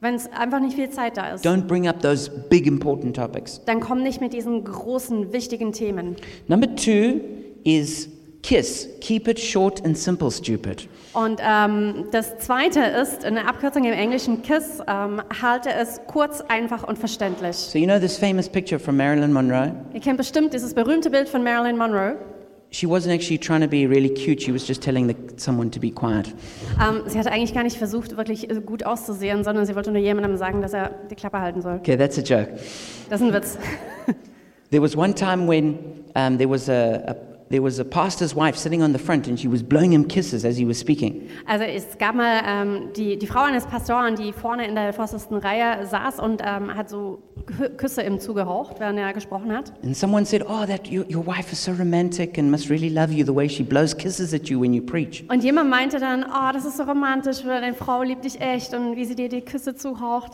Speaker 2: wenn es einfach nicht viel Zeit da ist,
Speaker 1: don't bring up those big important topics.
Speaker 2: dann komm nicht mit diesen großen, wichtigen Themen.
Speaker 1: Number two is kiss. Keep it short and simple, stupid.
Speaker 2: Und ähm, das Zweite ist, eine Abkürzung im Englischen KISS, ähm, halte es kurz, einfach und verständlich.
Speaker 1: So, you know this famous picture from Marilyn Monroe?
Speaker 2: Ihr kennt bestimmt dieses berühmte Bild von Marilyn Monroe.
Speaker 1: She wasn't actually trying to be really cute, she was just telling the, someone to be quiet.
Speaker 2: Ähm, sie hatte eigentlich gar nicht versucht, wirklich äh, gut auszusehen, sondern sie wollte nur jemandem sagen, dass er die Klappe halten soll.
Speaker 1: Okay, that's a joke.
Speaker 2: Das ist ein Witz.
Speaker 1: There was one time when um, there, was a, a, there was a pastor's wife sitting on the front and she was blowing him kisses as he was speaking.
Speaker 2: Also es gab mal ähm, die, die Frau eines Pastoren, die vorne in der vordersten Reihe saß und ähm, hat so Kü- Küsse ihm zugehaucht, während er gesprochen hat.
Speaker 1: And someone said, Oh, that your, your wife is so romantic and must really love you the way she blows kisses at you when you preach.
Speaker 2: Und jemand meinte dann, oh, das ist so romantisch, weil deine Frau liebt dich echt und wie sie dir die Küsse zuhaucht.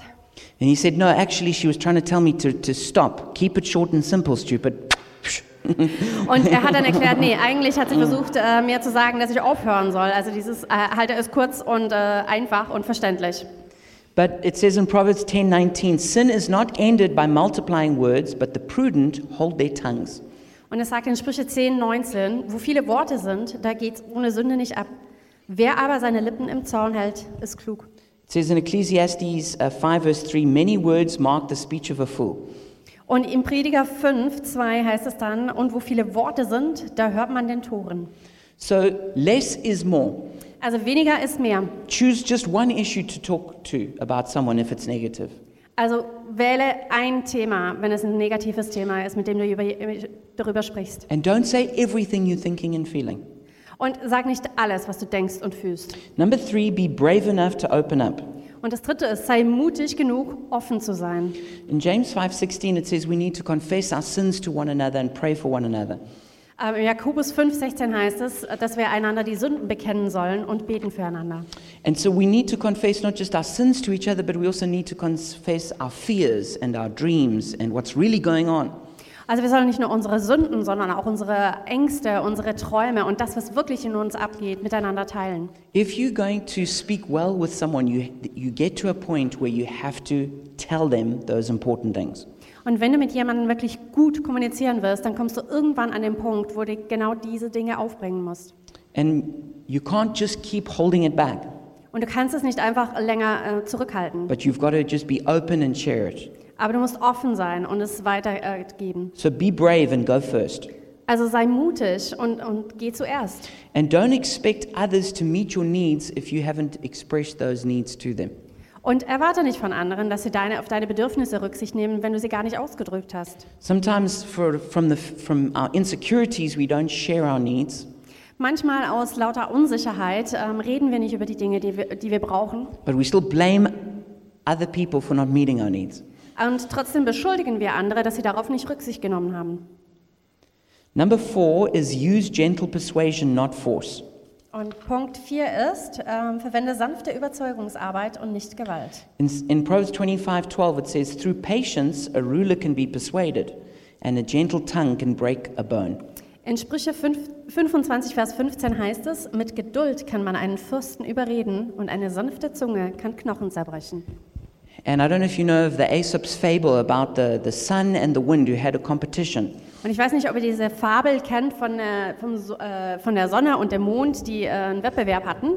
Speaker 1: And he said, No, actually, she was trying to tell me to, to stop. Keep it short and simple, stupid.
Speaker 2: Und er hat dann erklärt, nee, eigentlich hat sie versucht, äh, mir zu sagen, dass ich aufhören soll. Also dieses äh, Halte es kurz und äh, einfach und verständlich.
Speaker 1: But it says in Proverbs 10 19, sin is not ended by multiplying words, but the prudent hold their tongues.
Speaker 2: Und es sagt in Sprüche 10, 19, wo viele Worte sind, da geht's ohne Sünde nicht ab. Wer aber seine Lippen im Zaun hält, ist klug.
Speaker 1: It says in Ecclesiastes uh, 5, verse 3, many words mark the speech of a fool.
Speaker 2: Und im Prediger 5, 2 heißt es dann, und wo viele Worte sind, da hört man den Toren.
Speaker 1: So less is more.
Speaker 2: Also weniger ist mehr.
Speaker 1: Choose just one issue to talk to about someone if it's negative.
Speaker 2: Also wähle ein Thema, wenn es ein negatives Thema ist, mit dem du über, darüber sprichst.
Speaker 1: And don't say everything you're thinking and feeling.
Speaker 2: Und sag nicht alles, was du denkst und fühlst.
Speaker 1: Number three, be brave enough to open up.
Speaker 2: Und das Dritte ist, sei mutig genug, offen zu sein.
Speaker 1: In James 5:16 it says we need to confess our sins to one another and pray for one another.
Speaker 2: Ähm, In Jakobus 5,16 heißt es, dass wir einander die Sünden bekennen sollen und beten füreinander.
Speaker 1: And so we need to confess not just our sins to each other but we also need to confess our fears and our dreams and what's really going on.
Speaker 2: Also wir sollen nicht nur unsere Sünden, sondern auch unsere Ängste, unsere Träume und das, was wirklich in uns abgeht, miteinander teilen.
Speaker 1: If you're going to speak well with someone you you get to a point where you have to tell them those important things.
Speaker 2: Und wenn du mit jemandem wirklich gut kommunizieren wirst, dann kommst du irgendwann an den Punkt, wo du genau diese Dinge aufbringen musst.
Speaker 1: And you can't just keep holding it back,
Speaker 2: Und du kannst es nicht einfach länger äh, zurückhalten.
Speaker 1: but you've got to just be open and share it.
Speaker 2: Aber du musst offen sein und es weitergeben.
Speaker 1: So be brave and go first.
Speaker 2: Also sei mutig und, und geh zuerst.
Speaker 1: And don't expect others to meet your needs if you haven't expressed those needs to them.
Speaker 2: Und erwarte nicht von anderen, dass sie deine, auf deine Bedürfnisse Rücksicht nehmen, wenn du sie gar nicht ausgedrückt hast.
Speaker 1: Sometimes, for, from, the, from our insecurities, we don't share our needs,
Speaker 2: Manchmal aus lauter Unsicherheit ähm, reden wir nicht über die Dinge, die wir, die wir brauchen.
Speaker 1: but we still blame other people for not meeting our needs.
Speaker 2: Und trotzdem beschuldigen wir andere, dass sie darauf nicht Rücksicht genommen haben.
Speaker 1: Number four is use gentle persuasion, not force.
Speaker 2: Und Punkt 4 ist, ähm, verwende sanfte Überzeugungsarbeit und nicht Gewalt.
Speaker 1: In, in Proverbs 25:12, it says, Through patience, a ruler can be persuaded, and a gentle tongue can break a bone.
Speaker 2: In Sprüche 5, 25, Vers 15 heißt es, mit Geduld kann man einen Fürsten überreden und eine sanfte Zunge kann Knochen zerbrechen.
Speaker 1: And I don't know if you know of the Aesop's fable about the, the sun and the wind who had a competition.
Speaker 2: Und ich weiß nicht, ob ihr diese Fabel kennt von der, vom, So- äh, von der Sonne und dem Mond, die äh, einen Wettbewerb hatten.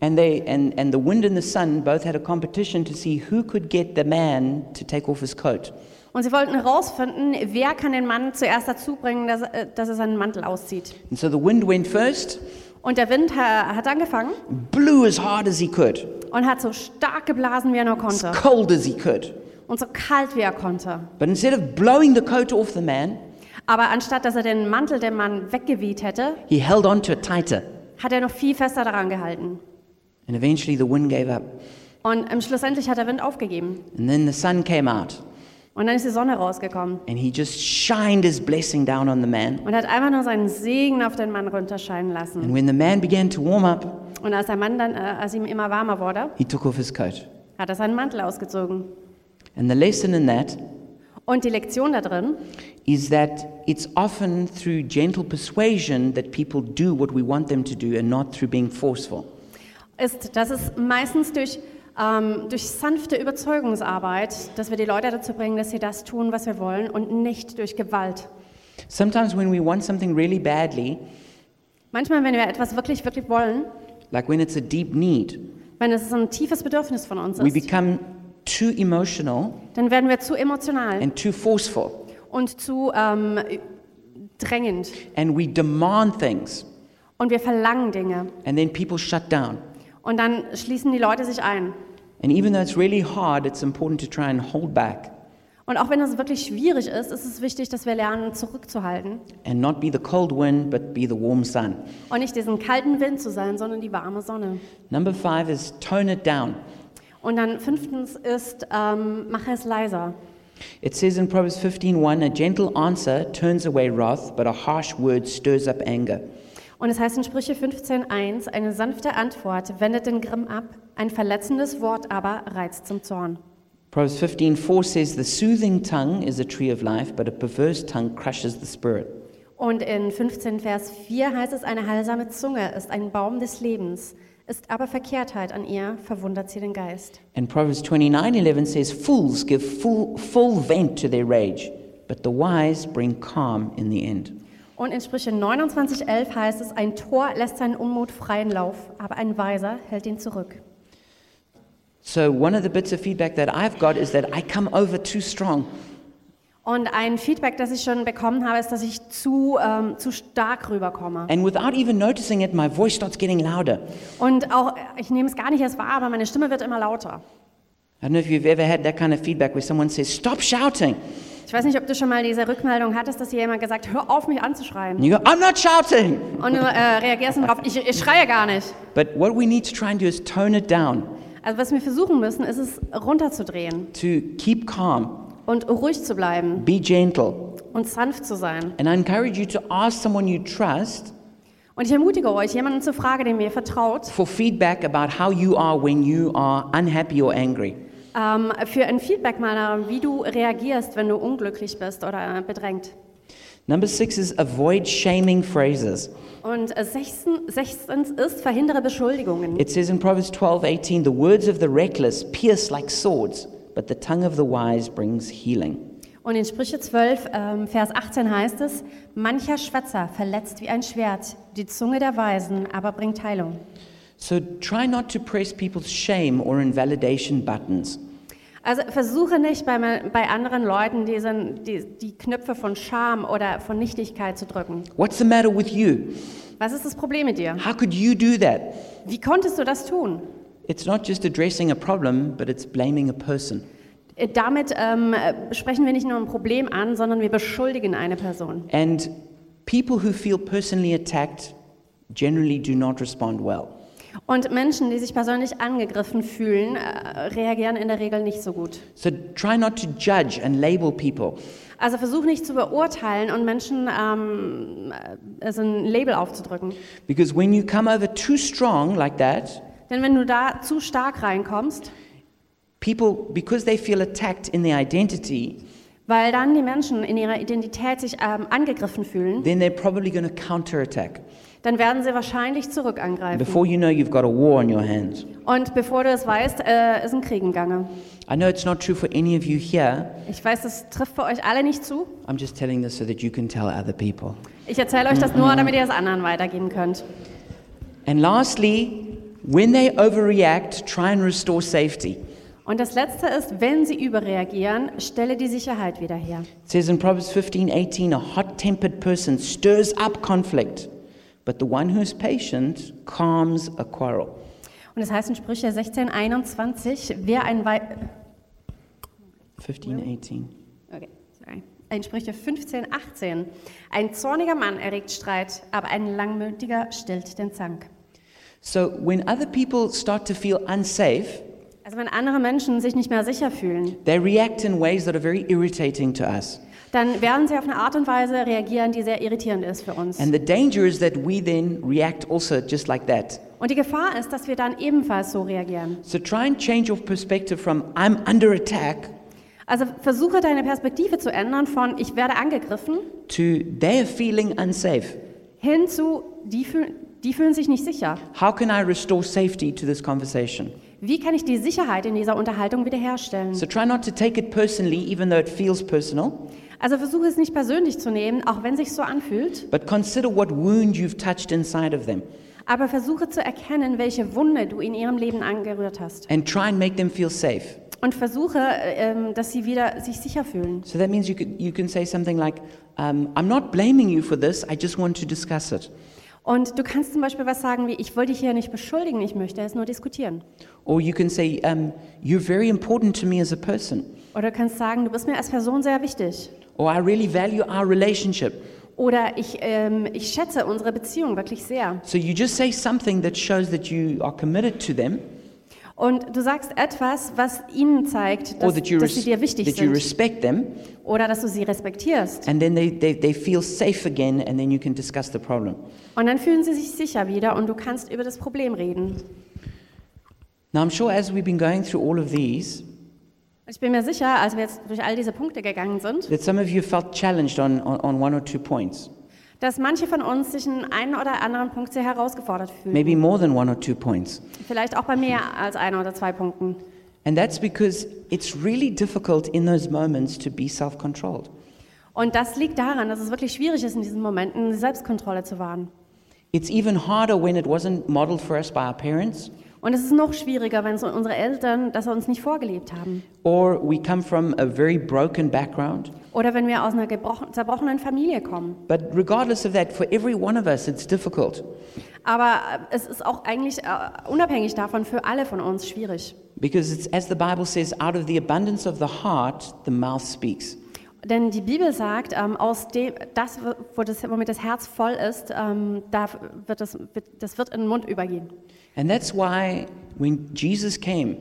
Speaker 1: And they and, and the wind and the sun both had a competition to see who could get the man to take off his coat.
Speaker 2: Und sie wollten herausfinden, wer kann den Mann zuerst dazu bringen, dass, äh, dass er seinen Mantel auszieht.
Speaker 1: And so the wind went first,
Speaker 2: Und der Wind ha, hat angefangen
Speaker 1: blew as hard as he could,
Speaker 2: und hat so stark geblasen, wie er nur
Speaker 1: as
Speaker 2: konnte.
Speaker 1: cold as he could.
Speaker 2: Und so kalt, wie er konnte.
Speaker 1: But instead of blowing the coat off the man,
Speaker 2: Aber anstatt, dass er den Mantel dem Mann weggeweht hätte,
Speaker 1: he held on to it tighter.
Speaker 2: hat er noch viel fester daran gehalten.
Speaker 1: And eventually the wind gave up.
Speaker 2: Und ähm, schlussendlich hat der Wind aufgegeben.
Speaker 1: And then the sun came out,
Speaker 2: Und dann ist die Sonne rausgekommen
Speaker 1: and he just shined his blessing down on the man.
Speaker 2: und hat einfach nur seinen Segen auf den Mann runterscheinen
Speaker 1: And
Speaker 2: lassen.
Speaker 1: when the man began to warm up,
Speaker 2: Und als der Mann dann, äh, als ihm immer warmer wurde,
Speaker 1: he took off his coat.
Speaker 2: hat er seinen Mantel ausgezogen.
Speaker 1: And the lesson in that
Speaker 2: Und die Lektion da drin
Speaker 1: is that it's often through gentle persuasion that people do what we want them to do and not through being forceful.
Speaker 2: ist, dass es meistens durch, ähm, durch sanfte Überzeugungsarbeit, dass wir die Leute dazu bringen, dass sie das tun, was wir wollen und nicht durch Gewalt.
Speaker 1: Sometimes when we want something really badly,
Speaker 2: Manchmal, wenn wir etwas wirklich, wirklich wollen,
Speaker 1: like when it's a deep need,
Speaker 2: wenn es ein tiefes Bedürfnis von uns
Speaker 1: we
Speaker 2: ist,
Speaker 1: become too emotional
Speaker 2: dann werden wir zu emotional
Speaker 1: and too forceful
Speaker 2: und zu ähm, drängend.
Speaker 1: and we demand things
Speaker 2: Und wir verlangen Dinge.
Speaker 1: and then people shut down.
Speaker 2: Und dann schließen die Leute sich ein.
Speaker 1: And even though it's really hard, it's important to try and hold back.
Speaker 2: Und auch wenn es wirklich schwierig ist, ist es wichtig, dass wir lernen, zurückzuhalten
Speaker 1: and not be the cold wind, but be the warm sun.
Speaker 2: und nicht diesen kalten Wind zu sein, sondern die warme Sonne.
Speaker 1: Number five is tone it down.
Speaker 2: Und dann fünftens ist, ähm, mache es leiser.
Speaker 1: It says in Proverbs 15:1, a gentle answer turns away wrath, but a harsh word stirs up anger.
Speaker 2: Und es heißt in Sprüche 15.1, eine sanfte Antwort wendet den Grimm ab, ein verletzendes Wort aber reizt zum Zorn.
Speaker 1: Proverbs 15:4 says, the soothing tongue is a tree of life, but a perverse tongue crushes the spirit.
Speaker 2: Und in 15 Vers 4 heißt es, eine heilsame Zunge ist ein Baum des Lebens, ist aber Verkehrtheit an ihr, verwundert sie den Geist.
Speaker 1: And Proverbs 29:11 says, fools give full, full vent to their rage, but the wise bring calm in the end.
Speaker 2: Und in Sprüche 29.11 heißt es, ein Tor lässt seinen Unmut freien Lauf, aber ein Weiser hält ihn zurück.
Speaker 1: So one of the bits of feedback that I've got is that I come over too strong.
Speaker 2: Und ein Feedback, das ich schon bekommen habe, ist, dass ich zu, ähm, zu stark rüberkomme.
Speaker 1: And without even noticing it, my voice starts getting louder.
Speaker 2: Und auch, äh, ich nehme es gar nicht erst wahr, aber meine Stimme wird immer lauter.
Speaker 1: I don't know if you've ever had that kind of feedback where someone says, Stop shouting.
Speaker 2: Ich weiß nicht, ob du schon mal diese Rückmeldung hattest, dass dir jemand gesagt hat, hör auf, mich anzuschreien.
Speaker 1: And you go, I'm not shouting.
Speaker 2: Und du äh, reagierst dann darauf, ich, ich schreie gar nicht.
Speaker 1: But what we need to try and do is tone it down,
Speaker 2: Also was wir versuchen müssen, ist es runterzudrehen
Speaker 1: to keep calm,
Speaker 2: und ruhig zu bleiben
Speaker 1: be gentle.
Speaker 2: und sanft zu sein.
Speaker 1: And I encourage you to ask someone you trust
Speaker 2: Und ich ermutige euch, jemanden zur Frage, dem ihr vertraut,
Speaker 1: for feedback about how you are when you are unhappy or angry.
Speaker 2: ähm, für ein Feedback mal, äh, wie du reagierst, wenn du unglücklich bist oder äh, bedrängt.
Speaker 1: Number six is avoid shaming phrases.
Speaker 2: Und äh, sechsten- sechstens ist, verhindere Beschuldigungen.
Speaker 1: It says in Proverbs 12:18, the words of the reckless pierce like swords, but the tongue of the wise brings healing.
Speaker 2: Und in Sprüche 12, ähm, Vers 18 heißt es, mancher Schwätzer verletzt wie ein Schwert, die Zunge der Weisen aber bringt Heilung.
Speaker 1: So try not to press people's shame or invalidation buttons.
Speaker 2: Also versuche nicht bei, me- bei anderen Leuten diesen, die, die Knöpfe von Scham oder von Nichtigkeit zu drücken.
Speaker 1: What's the matter with you?
Speaker 2: Was ist das Problem mit dir?
Speaker 1: How could you do that?
Speaker 2: Wie konntest du das tun?
Speaker 1: It's not just addressing a problem, but it's blaming a person.
Speaker 2: Äh, Damit ähm, äh, sprechen wir nicht nur ein Problem an, sondern wir beschuldigen eine Person.
Speaker 1: And people who feel personally attacked generally do not respond well.
Speaker 2: Und Menschen, die sich persönlich angegriffen fühlen, äh, reagieren in der Regel nicht so gut.
Speaker 1: So try not to judge and label people.
Speaker 2: Also versuch nicht zu beurteilen und Menschen ähm, äh, also ein Label aufzudrücken.
Speaker 1: Because when you come over too strong like that,
Speaker 2: Denn wenn du da zu stark reinkommst,
Speaker 1: people, because they feel attacked in their identity,
Speaker 2: weil dann die Menschen in ihrer Identität sich ähm, angegriffen fühlen,
Speaker 1: then they're probably going to counterattack.
Speaker 2: dann werden sie wahrscheinlich zurück angreifen.
Speaker 1: Before you know, you've got a war on your hands.
Speaker 2: Und bevor du es weißt, äh, ist ein Krieg im Gange.
Speaker 1: I know it's not true for any of you here.
Speaker 2: Ich weiß, das trifft für euch alle nicht zu.
Speaker 1: I'm just telling this so that you can tell other people.
Speaker 2: Ich erzähle euch das nur, damit ihr es anderen weitergeben könnt.
Speaker 1: And lastly, when they overreact, try and restore safety.
Speaker 2: Und das Letzte ist, wenn sie überreagieren, stelle die Sicherheit wieder her.
Speaker 1: It says in Proverbs 15:18, a hot tempered person stirs up conflict, but the one who is patient calms a quarrel.
Speaker 2: Und es heißt in Sprüche 16, 21, wer ein, Wei
Speaker 1: 15:18.
Speaker 2: Okay, sorry. In Sprüche 15, 18. Ein zorniger Mann erregt Streit, aber ein langmütiger stillt den Zank.
Speaker 1: So when other people start to feel unsafe,
Speaker 2: Also wenn andere Menschen sich nicht mehr sicher fühlen,
Speaker 1: they react in ways that are very irritating to us.
Speaker 2: dann werden sie auf eine Art und Weise reagieren, die sehr irritierend ist für uns.
Speaker 1: And the danger is that we then react also just like that.
Speaker 2: Und die Gefahr ist, dass wir dann ebenfalls so reagieren.
Speaker 1: So try and change your perspective from I'm under attack
Speaker 2: Also versuche deine Perspektive zu ändern von ich werde angegriffen
Speaker 1: to they're feeling unsafe.
Speaker 2: hin zu die, fühl die fühlen sich nicht sicher.
Speaker 1: How can I restore safety to this conversation?
Speaker 2: Wie kann ich die Sicherheit in dieser Unterhaltung wiederherstellen?
Speaker 1: So try not to take it personally, even though it feels personal,
Speaker 2: Also versuche es nicht persönlich zu nehmen, auch wenn sich so anfühlt.
Speaker 1: but consider what wound you've touched inside of them
Speaker 2: Aber versuche zu erkennen, welche Wunde du in ihrem Leben angerührt hast.
Speaker 1: and try and make them feel safe.
Speaker 2: Und versuche, äh, ähm, dass sie wieder sich sicher fühlen.
Speaker 1: So that means you, could, you can say something like, um, I'm not blaming you for this, I just want to discuss it.
Speaker 2: Und du kannst zum Beispiel was sagen wie, ich will dich hier nicht beschuldigen, ich möchte es nur diskutieren.
Speaker 1: Or you can say, um, You're very important to me as a person.
Speaker 2: Oder du kannst sagen, du bist mir als Person sehr wichtig.
Speaker 1: Or I really value our relationship.
Speaker 2: Oder ich, ähm, ich schätze unsere Beziehung wirklich sehr.
Speaker 1: So you just say something that shows that you are committed to them
Speaker 2: Und du sagst etwas, was ihnen zeigt,
Speaker 1: or
Speaker 2: dass,
Speaker 1: that you,
Speaker 2: dass sie
Speaker 1: res-
Speaker 2: dir wichtig
Speaker 1: that you
Speaker 2: sind.
Speaker 1: respect them,
Speaker 2: Oder dass du sie respektierst.
Speaker 1: and then they, they, they feel safe again, and then you can discuss the problem.
Speaker 2: Und dann fühlen sie sich sicher wieder und du kannst über das Problem reden. Und
Speaker 1: Now, I'm sure as we've been going through all of these,
Speaker 2: ich bin mir sicher, als wir jetzt durch all diese Punkte gegangen sind,
Speaker 1: that some of you felt challenged on, on, on one or two points,
Speaker 2: dass manche von uns sich in einen oder anderen Punkt sehr herausgefordert fühlen.
Speaker 1: maybe more than one or two points.
Speaker 2: Vielleicht auch bei mehr als einer oder zwei Punkten.
Speaker 1: And that's because it's really difficult in those moments to be self controlled.
Speaker 2: Und das liegt daran, dass es wirklich schwierig ist, in diesen Momenten die Selbstkontrolle zu wahren.
Speaker 1: It's even harder when it wasn't modeled for us by our parents,
Speaker 2: Und es ist noch schwieriger, wenn es unsere Eltern das uns nicht vorgelebt haben.
Speaker 1: or we come from a very broken background.
Speaker 2: Oder wenn wir aus einer gebrochen, zerbrochenen Familie kommen.
Speaker 1: But regardless of that, for every one of us, it's difficult
Speaker 2: Aber es ist auch eigentlich äh, unabhängig davon für alle von uns schwierig.
Speaker 1: because it's as the Bible says, out of the abundance of the heart, the mouth speaks.
Speaker 2: Denn die Bibel sagt, ähm, aus dem, das, wo das, womit das Herz voll ist, ähm, da wird das, wird, das wird in den Mund übergehen.
Speaker 1: And that's why when Jesus came,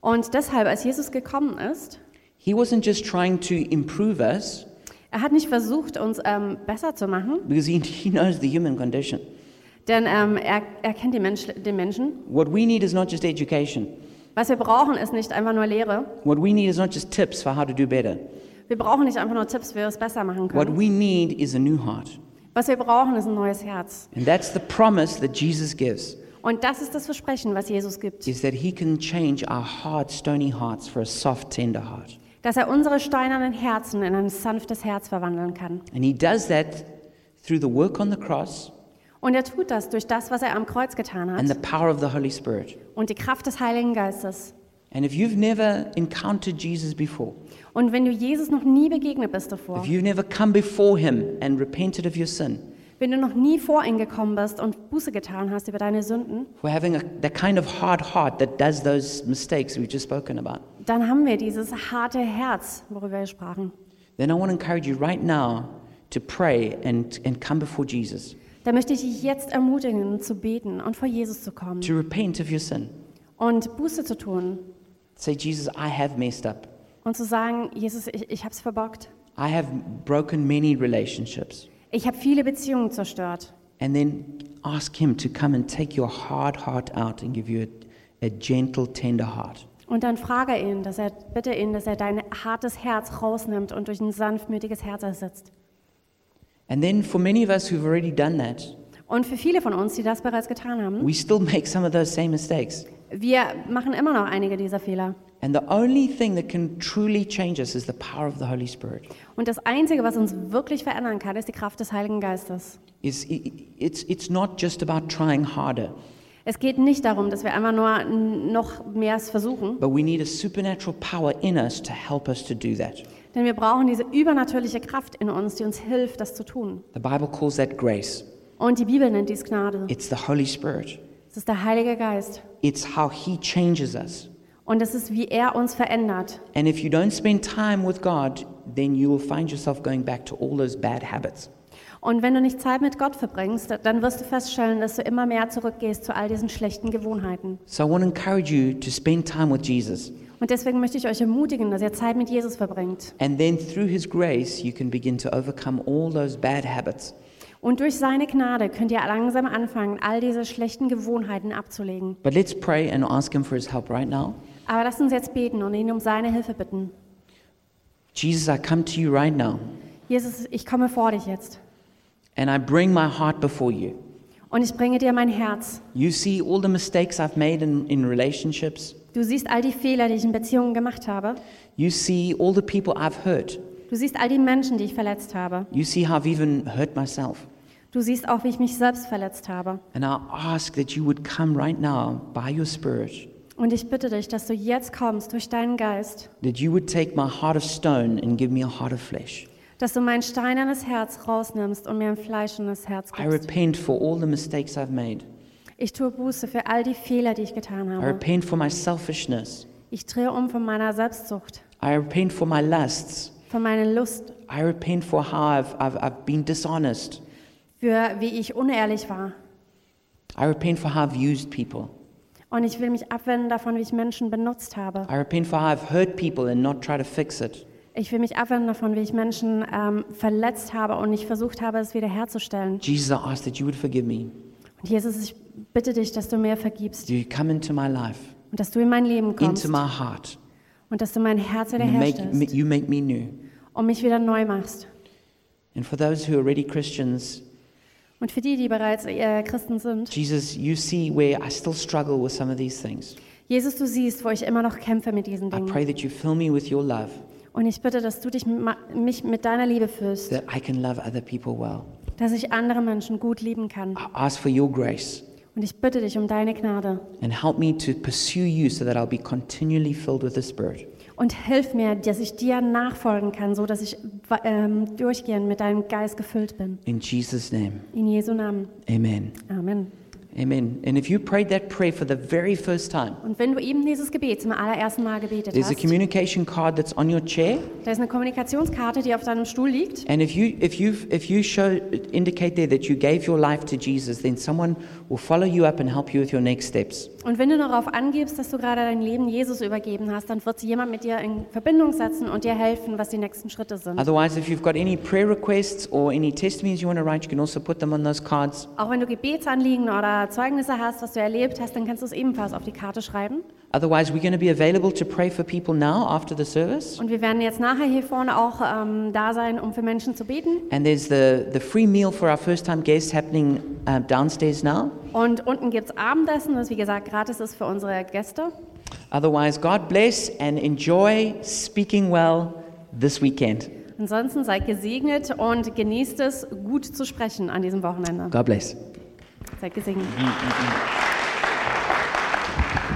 Speaker 2: Und deshalb, als Jesus gekommen ist,
Speaker 1: he wasn't just trying to improve us
Speaker 2: er hat nicht versucht, uns ähm, besser zu machen,
Speaker 1: because he, *laughs* he knows the human condition.
Speaker 2: denn ähm, er, er kennt den, Mensch, den Menschen.
Speaker 1: What we need is not just education,
Speaker 2: Was wir brauchen, ist nicht einfach nur Lehre.
Speaker 1: what we need is not just tips for how to do better.
Speaker 2: Wir brauchen nicht einfach nur Tipps, wie wir es besser machen
Speaker 1: What
Speaker 2: können.
Speaker 1: we need is a new heart.
Speaker 2: Was wir brauchen, ist ein neues Herz.
Speaker 1: And that's the promise that Jesus gives
Speaker 2: Und das ist das Versprechen, was Jesus gibt.
Speaker 1: is that he can change our hard, stony hearts for a soft, tender heart.
Speaker 2: Dass er unsere steinernen Herzen in ein sanftes Herz verwandeln kann.
Speaker 1: And he does that through the work on the cross
Speaker 2: Und er tut das durch das, was er am Kreuz getan hat.
Speaker 1: and the power of the Holy Spirit.
Speaker 2: und die Kraft des Heiligen Geistes.
Speaker 1: And if you've never encountered Jesus before,
Speaker 2: Und wenn du Jesus noch nie begegnet bist davor,
Speaker 1: if you've never come before him and repented of your sin,
Speaker 2: wenn du noch nie vor ihn gekommen bist und Buße getan hast über deine Sünden,
Speaker 1: for having a, that kind of hard heart that does those mistakes we've just spoken about,
Speaker 2: dann haben wir dieses harte Herz, worüber wir sprachen.
Speaker 1: then I want to encourage you right now to pray and, and come before Jesus,
Speaker 2: Da möchte ich dich jetzt ermutigen, zu beten und vor Jesus zu kommen
Speaker 1: to repent of your sin.
Speaker 2: und Buße zu tun
Speaker 1: Say, Jesus, I have messed up.
Speaker 2: und zu sagen, Jesus, ich, ich habe es verbockt.
Speaker 1: I have broken many relationships.
Speaker 2: Ich habe viele Beziehungen zerstört.
Speaker 1: And then ask Him to come and take your hard heart out and give you a, a gentle, tender heart.
Speaker 2: Und dann frage ihn, dass er, bitte ihn, dass er dein hartes Herz rausnimmt und durch ein sanftmütiges Herz ersetzt.
Speaker 1: And then for many of us who've already done that,
Speaker 2: Und für viele von uns, die das bereits getan haben,
Speaker 1: we still make some of those same mistakes.
Speaker 2: Wir machen immer noch einige dieser Fehler.
Speaker 1: And the only thing that can truly change us is the power of the Holy Spirit.
Speaker 2: Und das Einzige, was uns wirklich verändern kann, ist die Kraft des Heiligen Geistes.
Speaker 1: It's, it- it's, it's not just about trying harder,
Speaker 2: Es geht nicht darum, dass wir einfach nur noch mehr es versuchen,
Speaker 1: but we need a supernatural power in us to help us to do that.
Speaker 2: denn wir brauchen diese übernatürliche Kraft in uns, die uns hilft, das zu tun.
Speaker 1: The Bible calls that grace.
Speaker 2: Und die Bibel nennt dies Gnade.
Speaker 1: It's the Holy Spirit.
Speaker 2: Es ist der Heilige Geist.
Speaker 1: It's how He changes us.
Speaker 2: Und es ist, wie er uns verändert.
Speaker 1: And if you don't spend time with God, then you will find yourself going back to all those bad habits.
Speaker 2: Und wenn du nicht Zeit mit Gott verbringst, dann wirst du feststellen, dass du immer mehr zurückgehst zu all diesen schlechten Gewohnheiten.
Speaker 1: So I want to encourage you to spend time with Jesus.
Speaker 2: Und deswegen möchte ich euch ermutigen, dass ihr Zeit mit Jesus verbringt.
Speaker 1: And then through His grace, you can begin to overcome all those bad habits.
Speaker 2: Und durch seine Gnade könnt ihr langsam anfangen, all diese schlechten Gewohnheiten abzulegen.
Speaker 1: But let's pray and ask Him for His help right now.
Speaker 2: Aber lasst uns jetzt beten und ihn um seine Hilfe bitten.
Speaker 1: Jesus, I come to you right now,
Speaker 2: Jesus, ich komme vor dich jetzt
Speaker 1: and I bring my heart before you.
Speaker 2: und ich bringe dir mein Herz.
Speaker 1: You see all the mistakes I've made in, in relationships,
Speaker 2: Du siehst all die Fehler, die ich in Beziehungen gemacht habe.
Speaker 1: you see all the people I've hurt,
Speaker 2: Du siehst all die Menschen, die ich verletzt habe.
Speaker 1: you see how I've even hurt myself.
Speaker 2: Du siehst auch, wie ich mich selbst verletzt habe.
Speaker 1: And I ask that you would come right now by your Spirit
Speaker 2: Und ich bitte dich, dass du jetzt kommst durch deinen Geist,
Speaker 1: that you would take my heart of stone and give me a heart of flesh.
Speaker 2: dass du mein steinernes Herz rausnimmst und mir ein fleischendes Herz
Speaker 1: I
Speaker 2: gibst.
Speaker 1: repent for all the mistakes I've made.
Speaker 2: Ich tue Buße für all die Fehler, die ich getan
Speaker 1: I
Speaker 2: habe.
Speaker 1: repent for my selfishness.
Speaker 2: Ich drehe um von meiner Selbstsucht,
Speaker 1: I repent for my lusts.
Speaker 2: von meiner Lust,
Speaker 1: I repent for how I've, I've, I've been dishonest.
Speaker 2: für wie ich unehrlich war.
Speaker 1: I repent for how I've used people.
Speaker 2: Und ich will mich abwenden davon, wie ich Menschen benutzt habe.
Speaker 1: I repent for how I've hurt people and not try to fix it.
Speaker 2: Ich will mich abwenden davon, wie ich Menschen ähm, verletzt habe und ich versucht habe, es wiederherzustellen.
Speaker 1: Jesus, I ask that you would forgive me.
Speaker 2: Und Jesus, ich bitte dich, dass du mir vergibst
Speaker 1: Do you come into my life,
Speaker 2: und dass du in mein Leben kommst
Speaker 1: into my heart,
Speaker 2: und dass du mein Herz
Speaker 1: and make, me-
Speaker 2: wiederherstellst
Speaker 1: you make me new?
Speaker 2: und mich wieder neu machst.
Speaker 1: And for those who are already Christians,
Speaker 2: Und für die, die bereits äh, Christen sind,
Speaker 1: Jesus, you see where I still struggle with some of these things.
Speaker 2: Jesus, du siehst, wo ich immer noch kämpfe mit diesen
Speaker 1: I
Speaker 2: Dingen.
Speaker 1: pray that you fill me with your love,
Speaker 2: Und ich bitte, dass du dich, ma- mich mit deiner Liebe füllst,
Speaker 1: that I can love other people well.
Speaker 2: dass ich andere Menschen gut lieben kann.
Speaker 1: I ask for your grace
Speaker 2: Und ich bitte dich um deine Gnade.
Speaker 1: and help me to pursue you so that I'll be continually filled with the Spirit.
Speaker 2: Und hilf mir, dass ich dir nachfolgen kann, so dass ich wa- ähm, durchgehend mit deinem Geist gefüllt bin.
Speaker 1: In Jesus' name,
Speaker 2: In Jesu Namen.
Speaker 1: amen.
Speaker 2: Amen.
Speaker 1: Amen. And if you prayed that prayer for the very first time,
Speaker 2: Und wenn du eben dieses Gebet zum allerersten Mal gebetet
Speaker 1: there's a
Speaker 2: hast,
Speaker 1: communication card that's on your chair.
Speaker 2: da ist eine Kommunikationskarte, die auf deinem Stuhl liegt.
Speaker 1: And if you, if you, if you show, indicate there that you gave your life to Jesus, then someone will follow you up and help you with your next steps.
Speaker 2: Und wenn du darauf angibst, dass du gerade dein Leben Jesus übergeben hast, dann wird jemand mit dir in Verbindung setzen und dir helfen, was die nächsten Schritte sind.
Speaker 1: Otherwise, if you've got any prayer requests or any testimonies you want to write, you can also put them on those cards.
Speaker 2: Auch wenn du Gebetsanliegen oder Zeugnisse hast, was du erlebt hast, dann kannst du es ebenfalls auf die Karte schreiben.
Speaker 1: Otherwise, we're going to be available to pray for people now after the service.
Speaker 2: Und wir werden jetzt nachher hier vorne auch ähm, da sein, um für Menschen zu beten.
Speaker 1: And there's the, the free meal for our first time guests happening uh, downstairs now.
Speaker 2: Und unten gibt es Abendessen, das wie gesagt gratis ist für unsere Gäste.
Speaker 1: Otherwise, God bless and enjoy speaking well this weekend.
Speaker 2: Ansonsten seid gesegnet und genießt es, gut zu sprechen an diesem Wochenende.
Speaker 1: God bless.
Speaker 2: Seid gesegnet.